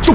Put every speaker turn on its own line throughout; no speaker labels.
足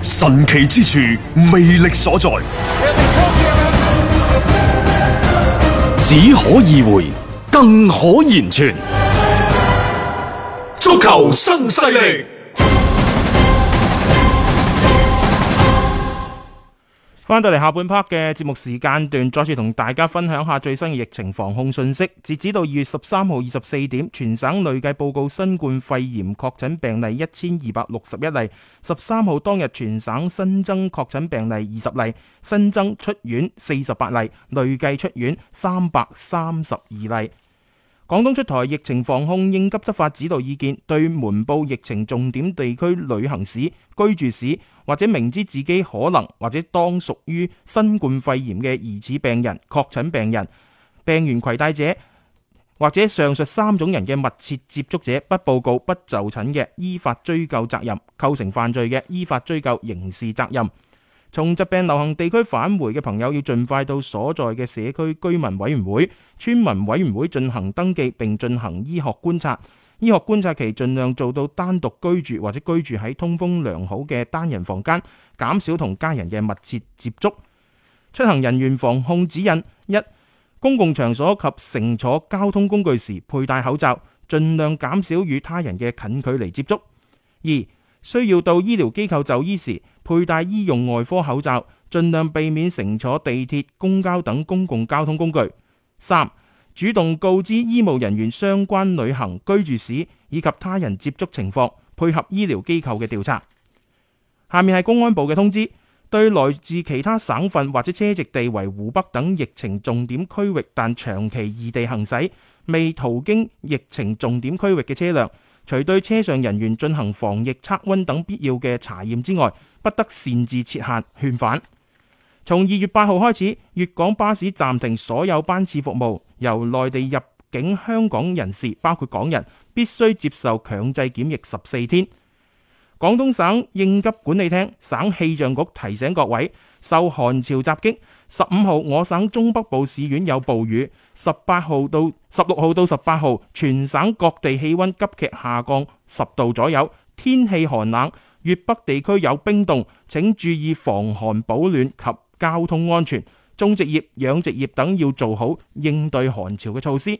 神奇之處，魅力所在，
只可意會，更可言傳。
足球新勢力。
翻到嚟下半 part 嘅節目時間段，再次同大家分享下最新嘅疫情防控信息。截止到二月十三號二十四點，全省累計報告新冠肺炎確診病例一千二百六十一例。十三號當日全省新增確診病例二十例，新增出院四十八例，累計出院三百三十二例。廣東出台疫情防控應急執法指導意見，對瞞報疫情重點地區旅行史、居住史或者明知自己可能或者當屬於新冠肺炎嘅疑似病人、確診病人、病原攜帶者或者上述三種人嘅密切接觸者，不報告、不就診嘅，依法追究責任；構成犯罪嘅，依法追究刑事責任。從疾病流行地區返回嘅朋友，要盡快到所在嘅社區居民委員會、村民委員會進行登記，並進行醫學觀察。醫學觀察期盡量做到單獨居住或者居住喺通風良好嘅單人房間，減少同家人嘅密切接觸。出行人員防控指引一：公共場所及乘坐交通工具時佩戴口罩，盡量減少與他人嘅近距離接觸。二需要到醫療機構就醫時，佩戴醫用外科口罩，盡量避免乘坐地鐵、公交等公共交通工具。三、主動告知醫務人員相關旅行、居住史以及他人接觸情況，配合醫療機構嘅調查。下面係公安部嘅通知，對來自其他省份或者車籍地為湖北等疫情重點區域但長期異地行駛、未途經疫情重點區域嘅車輛。除對車上人員進行防疫測溫等必要嘅查驗之外，不得擅自設限勸返。從二月八號開始，粵港巴士暫停所有班次服務，由內地入境香港人士，包括港人，必須接受強制檢疫十四天。廣東省應急管理廳、省氣象局提醒各位，受寒潮襲擊，十五號我省中北部市縣有暴雨，十八號到十六號到十八號，全省各地氣温急劇下降十度左右，天氣寒冷，粵北地區有冰凍，請注意防寒保暖及交通安全。種植業、養殖業等要做好應對寒潮嘅措施。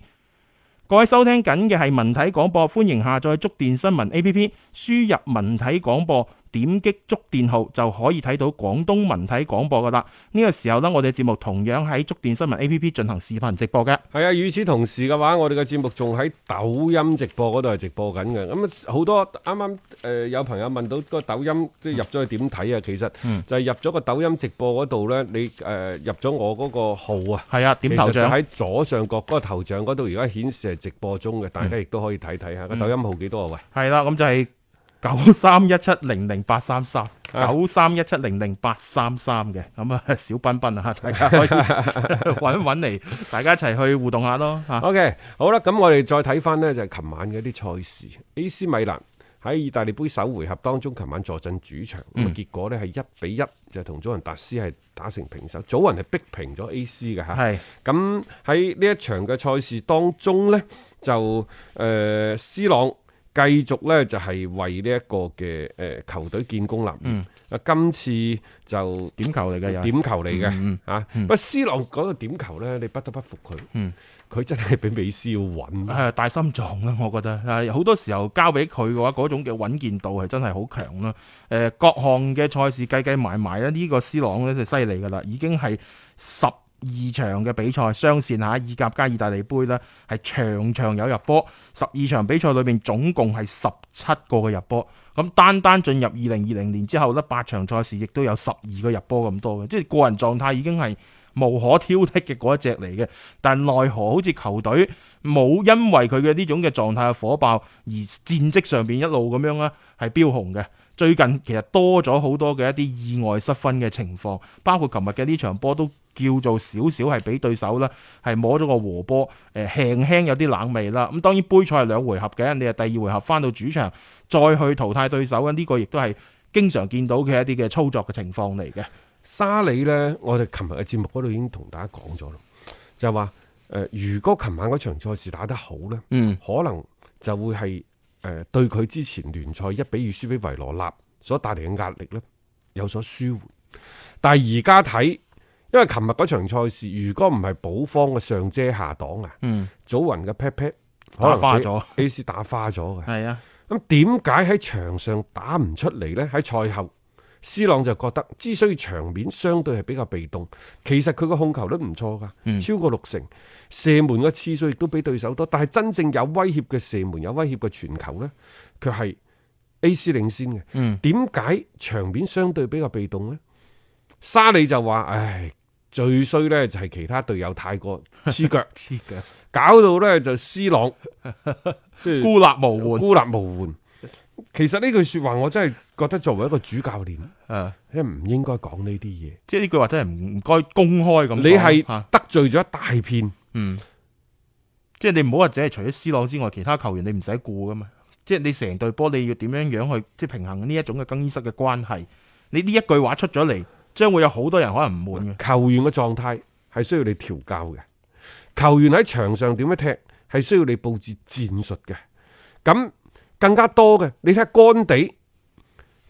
各位收聽緊嘅係文體廣播，歡迎下載觸電新聞 A P P，輸入文體廣播，點擊觸電號就可以睇到廣東文體廣播噶啦。呢、個時候呢，我哋節目同樣喺觸電新聞 A P P 進行視頻直播嘅。
係啊，與此同時嘅話，我哋嘅節目仲喺抖音直播嗰度係直播緊嘅。咁啊，好多啱啱誒有朋友問到個抖音即係入咗去點睇啊？其
嗯
實就係入咗個抖音直播嗰度呢，你誒、呃入咗我嗰個號啊，
係啊，點頭
其實就
像
喺左上角嗰個頭像嗰度，而家顯示係直播中嘅，大
嗯
家亦都可以睇睇下個抖音號幾多啊？喂，
係啦，咁就係九三一七零零八三三。九三一七零零八三三嘅，咁啊小彬彬啊， 大家可以揾一揾嚟，大家一齊去互動下咯吓。
OK，好啦，咁我哋再睇翻呢，就係琴晚嘅一啲賽事，AC 米蘭喺意大利杯首回合當中，琴晚坐鎮主場，咁啊、結果呢係一比一就同祖雲達斯係打成平手，祖雲係逼平咗 AC 嘅嚇。
係
咁喺呢一場嘅賽事當中呢，就誒、呃、C 朗。繼續呢，就係、為呢一個嘅誒、呃球隊建功立業。
嗯
啊，今次就
點球嚟嘅又係，
點球嚟嘅
嗯
啊！不過 C 朗講到點球呢，你不得不服佢。
嗯
佢真係比美斯要穩。
誒大心臟啦，我覺得誒好多時候交俾佢嘅話，嗰種嘅穩健度係真係好強啦。誒、各項嘅賽事計計埋埋咧，呢、個 C 朗咧就犀利㗎啦，已經係十二場嘅比賽雙線下意甲加意大利杯啦，係場場有入波。十二場比賽裏面總共係十七個嘅入波。咁單單進入二零二零年之後呢八場賽事亦都有十二個入波咁多嘅，即係個人狀態已經係無可挑剔嘅嗰一隻嚟嘅。但奈何好似球隊冇啊因為佢嘅呢種嘅狀態嘅火爆而戰績上邊一路咁樣啦，係飆紅嘅。最近其實多咗好多嘅一啲意外失分嘅情況，包括琴日嘅呢場波都叫做少少係俾對手啦，係摸咗個和波，誒、輕輕有啲冷味啦。咁當然杯賽係兩回合嘅，你係第二回合翻到主場再去淘汰對手，呢、個亦都係經常見到嘅一啲嘅操作嘅情況嚟嘅。
沙里呢，我哋琴日嘅節目嗰度已經同大家講咗啦，就係話誒，如果琴晚嗰場賽事打得好呢，
嗯
可能就會係誒、呃、對佢之前聯賽一比二輸俾維羅納所帶嚟嘅壓力呢有所舒緩。但係而家睇，因為琴日嗰場賽事，如果唔係保方嘅上遮下擋啊，
嗯，
祖雲嘅 pat pat
打花咗
，A.C. 打花咗嘅。
係啊，
咁點解喺場上打唔出嚟呢？喺賽後，C 朗就覺得之所以場面相對係比較被動，其實佢個控球率唔錯㗎，超過六成，射門嘅次數亦都比對手多，但係真正有威脅嘅射門、有威脅嘅傳球呢，佢係 A.C. 領先嘅。點解場面相對比較被動呢？沙利就話：唉，最衰呢就係其他隊友太過黐腳，
黐嘅，
搞到呢就 C 朗即係
孤立無援。
孤立無援。其實呢句说話我真係覺得作為一個主教練，
誒，
真係唔應該講呢啲嘢。
即係呢句話真係唔唔該公開咁講。啊
你係
嚇
得罪咗一大片，
即係你唔好話只係除咗 C 朗之外，其他球員你唔使顧噶嘛。即係你成隊波你要點樣樣去即係平衡呢一種嘅更衣室嘅關係。你呢一句話出咗嚟，將會有好多人可能唔滿嘅。
球員嘅狀態係需要你調教嘅。球員喺場上點樣踢係需要你佈置戰術嘅。咁更加多嘅，你睇下干地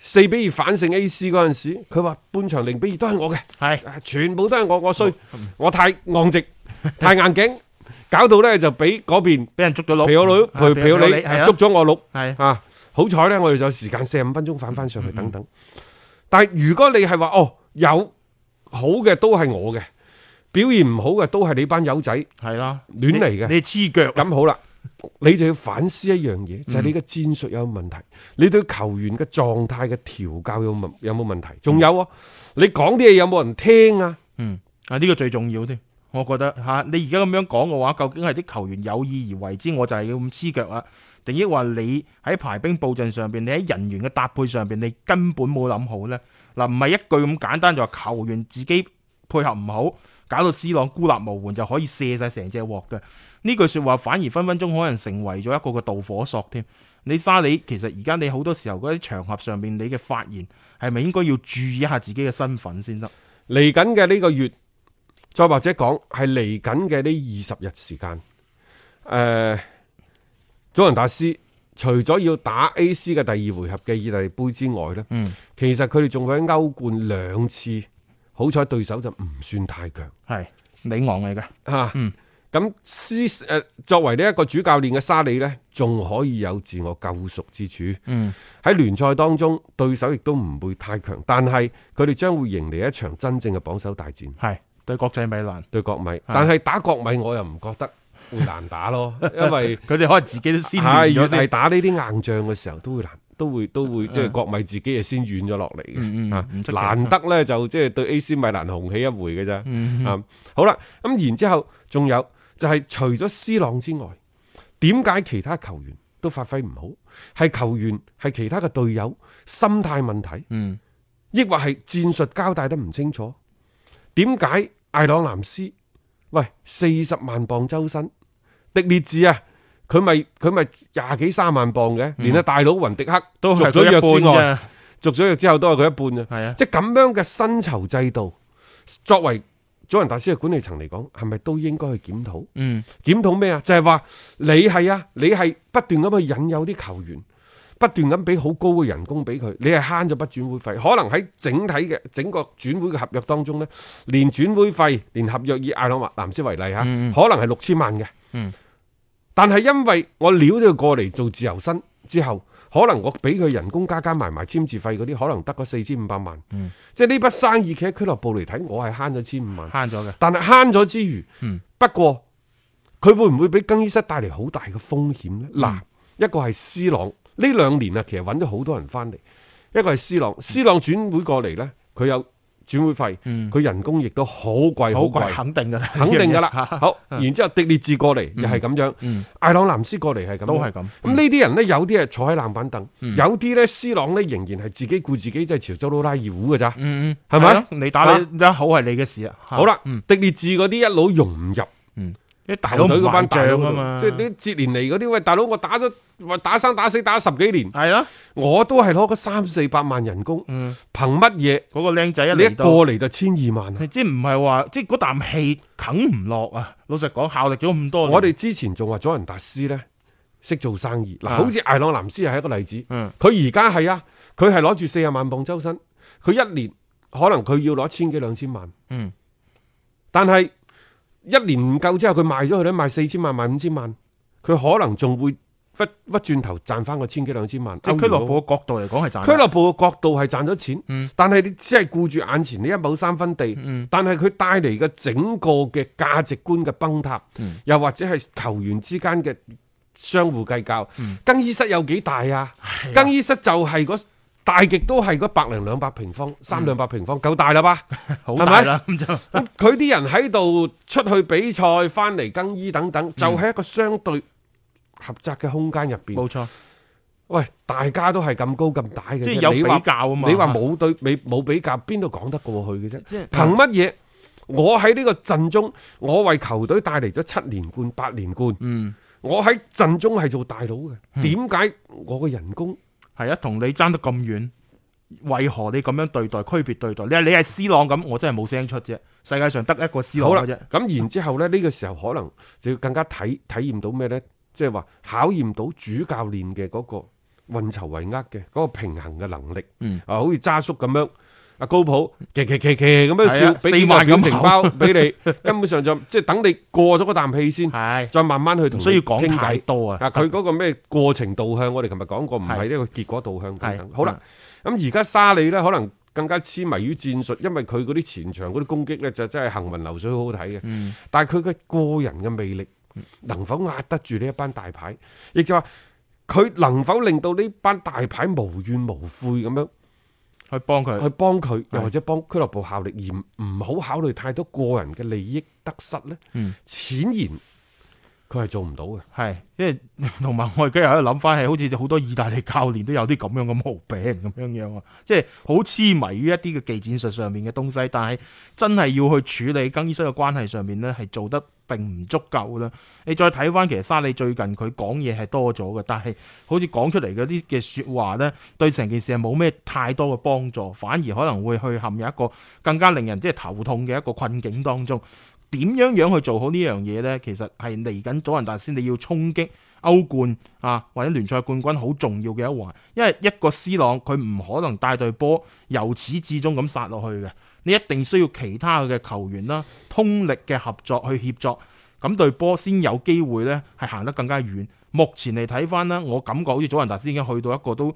四比二反勝 A.C. 嗰陣時，佢話半場零比二都係我嘅。
係
啊全部都係我我
哦
衰，
嗯
我太昂直，太硬頸，搞到咧就俾嗰邊
俾人捉咗佬，
皮奧佬陪皮奧
係啊
你捉咗我六
係嗯啊
啊！好彩咧，我哋就有時間四十五分鐘反翻上去等等。但係如果你係話哦，有好嘅都係我嘅，表現唔好嘅都係你班友仔
係啦，
亂嚟嘅
你你黐腳
咁好啦。你就要反思一樣
嗯
嘢，就係、你嘅戰術有冇問題，你對球員嘅狀態嘅調教有冇有冇問題？仲有啊，你講啲嘢有冇人聽啊？
嗯啊呢個最重要添。我覺得嚇、你而家咁樣講嘅話，究竟係啲球員有意而為之，我就係要咁黐腳啊？定抑話你喺排兵布陣上邊，你喺人員嘅搭配上邊，你根本冇諗好呢？嗱，唔係一句咁簡單就話球員自己配合唔好，搞到 C 朗孤立無援就可以卸晒成隻鑊嘅。呢句説話反而分分鐘可能成為咗一個個導火索添。你沙里其實而家你好多時候嗰啲場合上面，你嘅發言係咪應該要注意一下自己嘅身份先得？
嚟緊嘅呢個月，再或者講係嚟緊嘅呢二十日時間，誒、祖雲達斯除咗要打 A.C. 嘅第二回合嘅意大利杯之外呢、其實佢哋仲會喺歐冠兩次，好彩對手就唔算太強
係你昂嚟嘅。
嚇。咁斯誒作為呢一個主教練嘅沙里呢，仲可以有自我救贖之處。
嗯，
喺聯賽當中，對手亦都唔會太強，但係佢哋將會迎嚟一場真正嘅榜首大戰。
係對國際米蘭，
對國米，但係打國米我又唔覺得會難 打咯，因為
佢哋可能自己都先
係
完
越
咗
係
先。
打呢啲硬仗嘅時候都會難，都會都會即係國米自己係先軟咗落嚟
嗯嗯
嘅，啊
唔出奇
難得呢就即係對 AC 米蘭紅起一回嘅咋，
嗯
啊好啦，咁然之後仲有就係除咗 C 朗之外，點解其他球員都發揮唔好？係球員係其他嘅隊友心態問題，
嗯，
抑或係戰術交代得唔清楚？點解艾朗南斯喂四十萬磅周身，迪列治啊，佢咪佢咪廿幾三萬磅嘅，連阿大佬雲迪克
嗯都係
續咗
咗
約
一
之外，
半
續咗約之後都係佢一半啊。
係啊
即係咁樣嘅薪酬制度，作為祖雲達斯嘅管理層嚟講，係咪都應該去檢討？
嗯，
檢討咩啊？就係、話你係啊，你係不斷咁去引誘啲球員，不斷咁俾好高嘅人工俾佢，你係慳咗筆轉會費。可能喺整體嘅整個轉會嘅合約當中呢，連轉會費、連合約以艾朗藍斯為例嚇，可能係六千萬嘅。但係因為我撩咗佢過嚟做自由身之後，可能我俾佢人工加加埋埋簽字費嗰啲，可能得嗰四千五百萬。即係呢筆生意，企喺俱樂部嚟睇，我係慳咗千五萬。
慳咗嘅。
但係慳咗之餘，
嗯
不過佢會唔會俾更衣室帶嚟好大嘅風險
嗯
呢？嗱、一個係 C 朗，呢兩年啊，其實揾咗好多人翻嚟，一個係 C 朗，C 朗轉會過嚟呢，佢有轉會費，
嗯
佢人工亦都好貴，好
好貴，
貴。
肯定噶啦，
肯定㗎啦，
呢樣嘢
好，然之後迪列治過嚟又係咁樣
嗯，
艾朗南斯過嚟係咁樣，
都係咁嗯
咁呢啲人呢，有啲係坐喺冷板凳，有啲呢，斯朗呢，仍然係自己顧自己，即係潮州佬拉二胡㗎咋，
嗯嗯，
係咪
係咯你打你好係你嘅事啊。
好啦
嗯，
迪列治嗰啲一路融唔入。
啲大佬
球隊
唔
嗰班
班
大
仗
佬嗰
啊
度
嘛，
即係啲接連嚟嗰啲，喂大佬，我打咗話打生打死打咗十幾年，
係啦，
我都係攞嗰三四百萬人工，
啊嗯
憑乜嘢
嗰個僆仔一
你一
嚟到。
過嚟就千二萬啊？
即係唔係話，即係嗰啖氣啃唔落啊！老實講，效力咗咁多年，
我哋之前仲話佐仁達斯呢識做生意，嗱，
啊
好似艾朗南斯係一個例子，
嗯
佢而家係啊，佢係攞住四十萬磅周薪，佢一年可能佢要攞千幾兩千萬，
嗯，
但係一年唔夠之後，佢賣咗佢咧，賣四千萬，賣五千萬，佢可能仲會屈屈轉頭賺翻個千幾兩千萬。
即係
歐
俱
元
樂
咯
部嘅角度嚟講係賺。
俱樂部嘅角度係賺咗錢，
嗯
但係你只係顧住眼前呢一畝三分地，
嗯
但係佢帶嚟嘅整個嘅價值觀嘅崩塌，
嗯
又或者係球員之間嘅相互計較，
嗯
更衣室有幾大啊？更衣室就係嗰大極都係嗰百零兩百平
嗯
方、三兩百平方，夠大啦 吧？
好
係咪
大啦，咁就
咁佢啲人喺度出去比賽，翻嚟更衣等
嗯
等，就喺一個相對狹窄嘅空間入邊。
冇錯。
喂，大家都係咁高咁大嘅啫，
即係有
你話
比較啊嘛
你話冇對比冇比較，邊度講得過去嘅啫
即係？嗯
憑乜嘢？我喺呢個陣中，我為球隊帶嚟咗七連冠、八連冠。
嗯，
我喺陣中係做大佬嘅，點解我嘅人工
係啊，同你爭得咁遠，為何你咁樣對待、區別對待？你係你係 C 朗咁，我真係冇聲出啫。世界上得一個 C 朗
好啦？
嘅啫。
咁然之後呢，呢個時候可能就要更加體體驗到咩呢？即係話考驗到主教練嘅嗰個運籌帷幄嘅嗰個平衡嘅能力。
嗯
啊，好似渣叔咁樣。阿高普，騎騎騎騎咁樣
係
笑
啊，
俾
四
幾
萬
萬表
咁
情
口
包俾你，根本上就即係等你過咗嗰啖氣先，
係
再慢慢去同
唔需要
你傾
講
偈
太多啊。
啊！佢嗰個咩過程導向，我哋琴日講過，唔係
係
呢個結果導向等等。
係嗯
好啦，咁而家沙利呢，可能更加痴迷於戰術，因為佢嗰啲前場嗰啲攻擊呢，就真係行雲流水，好好睇嘅。
嗯
但係佢嘅個人嘅魅力能否壓得住呢一班大牌？亦就話佢能否令到呢班大牌無怨無悔咁樣
去幫佢
去幫
嗯
佢，又或者幫俱樂部效力，而唔好考慮太多個人嘅利益得失呢？
嗯
顯然佢係做唔到嘅。
係， 因為同埋我而家又喺度諗翻，係好似好多意大利教練都有啲咁樣嘅毛病咁樣樣啊，即係好痴迷於一啲嘅技戰術上面嘅東西，但係真係要去處理更衣室嘅關係上面呢，係做得並唔足夠啦。你再睇翻其實沙利最近佢講嘢係多咗嘅，但係好似講出嚟嗰啲嘅説話呢，對成件事係冇咩太多嘅幫助，反而可能會去陷入一個更加令人即係頭痛嘅一個困境當中。點樣樣去做好呢樣嘢呢？其實係嚟緊祖雲達斯你要衝擊歐冠啊，或者聯賽冠軍好重要嘅一環，因為一個 C 朗佢唔可能帶隊波由始至終咁殺落去嘅，你一定需要其他嘅球員啦，通力嘅合作去協作，咁隊波先有機會呢係行得更加遠。目前嚟睇翻啦，我感覺好似祖雲達斯已經去到一個都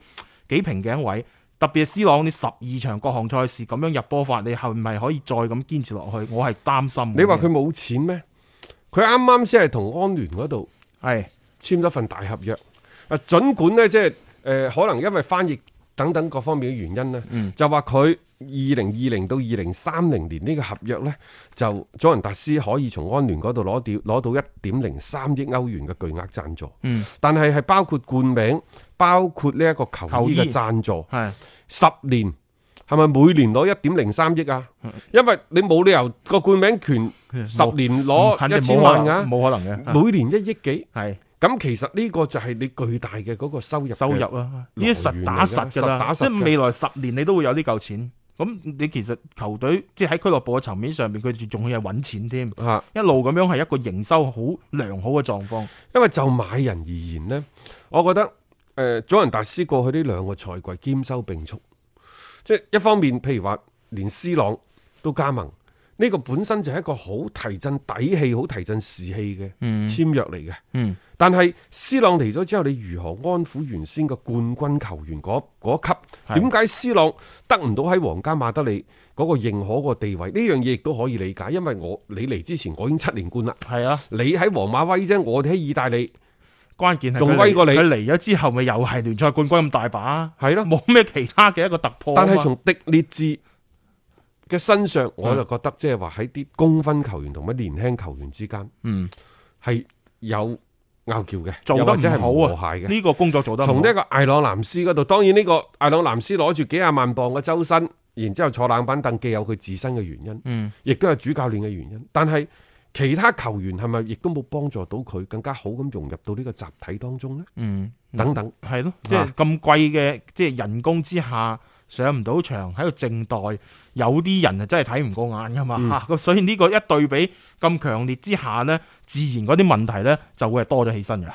幾瓶頸位。特別係 C 朗，你十二場各項賽事咁樣入波法，你係咪可以再咁堅持落去？我係擔心嘅。
你話佢冇錢咩？佢啱啱先係同安聯嗰度
係
簽咗份大合約。啊，儘管呢，即係誒、呃可能因為翻譯等等各方面嘅原因呢，
嗯
就話佢二零二零到二零三零年呢個合約呢，就佐仁達斯可以從安聯嗰度攞掉攞到一點零三億歐元嘅巨額贊助。
嗯
但係係包括冠名，包括呢一個球
球
衣嘅
衣啊
贊助。
係
十年係咪每年攞一點零三億啊？因為你冇理由個冠名權十年
嗯肯定
攞一千
冇
萬啊
可能，
㗎，
冇啊可能嘅。
每年一億幾。
係
咁其實呢個就係你巨大嘅嗰個收入嘅
收入。啊，
來
呢
源
啲實打實㗎
嚟㗎
啦，
實
即
打實㗎
係未來十年你都會有呢嚿錢。咁你其實球隊即係喺俱樂部嘅層面上面，佢仲係揾錢添，
嚇，
一路咁樣係一個營收好良好嘅狀況。
因為就買人而言呢，我覺得誒，呃祖雲達斯過去呢兩個賽季兼收並蓄，即係一方面，譬如話連斯朗都加盟，呢個本身就係一個好提振底氣、好提振士氣嘅簽約嚟嘅。
嗯，
但係斯朗嚟咗之後，你如何安撫原先嘅冠軍球員嗰嗰級？
係
點解斯朗得唔到喺皇家馬德里嗰個認可個地位？呢樣嘢亦都可以理解，因為我你嚟之前我已經七連冠啦，
係啊，
你喺皇馬威啫，我哋喺意大利
關鍵係佢
仲威過你
佢嚟咗之後，咪又係聯賽冠軍咁大把，
係咯。
冇咩其他嘅一個突破啊
但
嘛。
係從迪列治嘅身上，我就覺得即係話喺啲公分球員同埋年輕球員之間，
嗯，
係有拗撬嘅，
做
又
得
或者係
唔
和
好啊！
諧嘅。
呢個工作做得
從
唔
呢
好，
一個艾朗南斯嗰度，當然呢個艾朗南斯攞住幾廿萬磅嘅周薪，然之後坐冷板凳，既有佢自身嘅原因，
嗯，
亦都有主教練嘅原因，但係。其他球員係咪亦都冇幫助到佢更加好咁融入到呢個集體當中呢？
嗯，
等等，
係咯，即係咁貴嘅，即係人工之下上唔到場，喺度靜待，有啲人啊真係睇唔過眼噶嘛
嗯
嚇，咁、所以呢個一對比咁強烈之下呢，自然嗰啲問題呢就會係多咗起身嘅。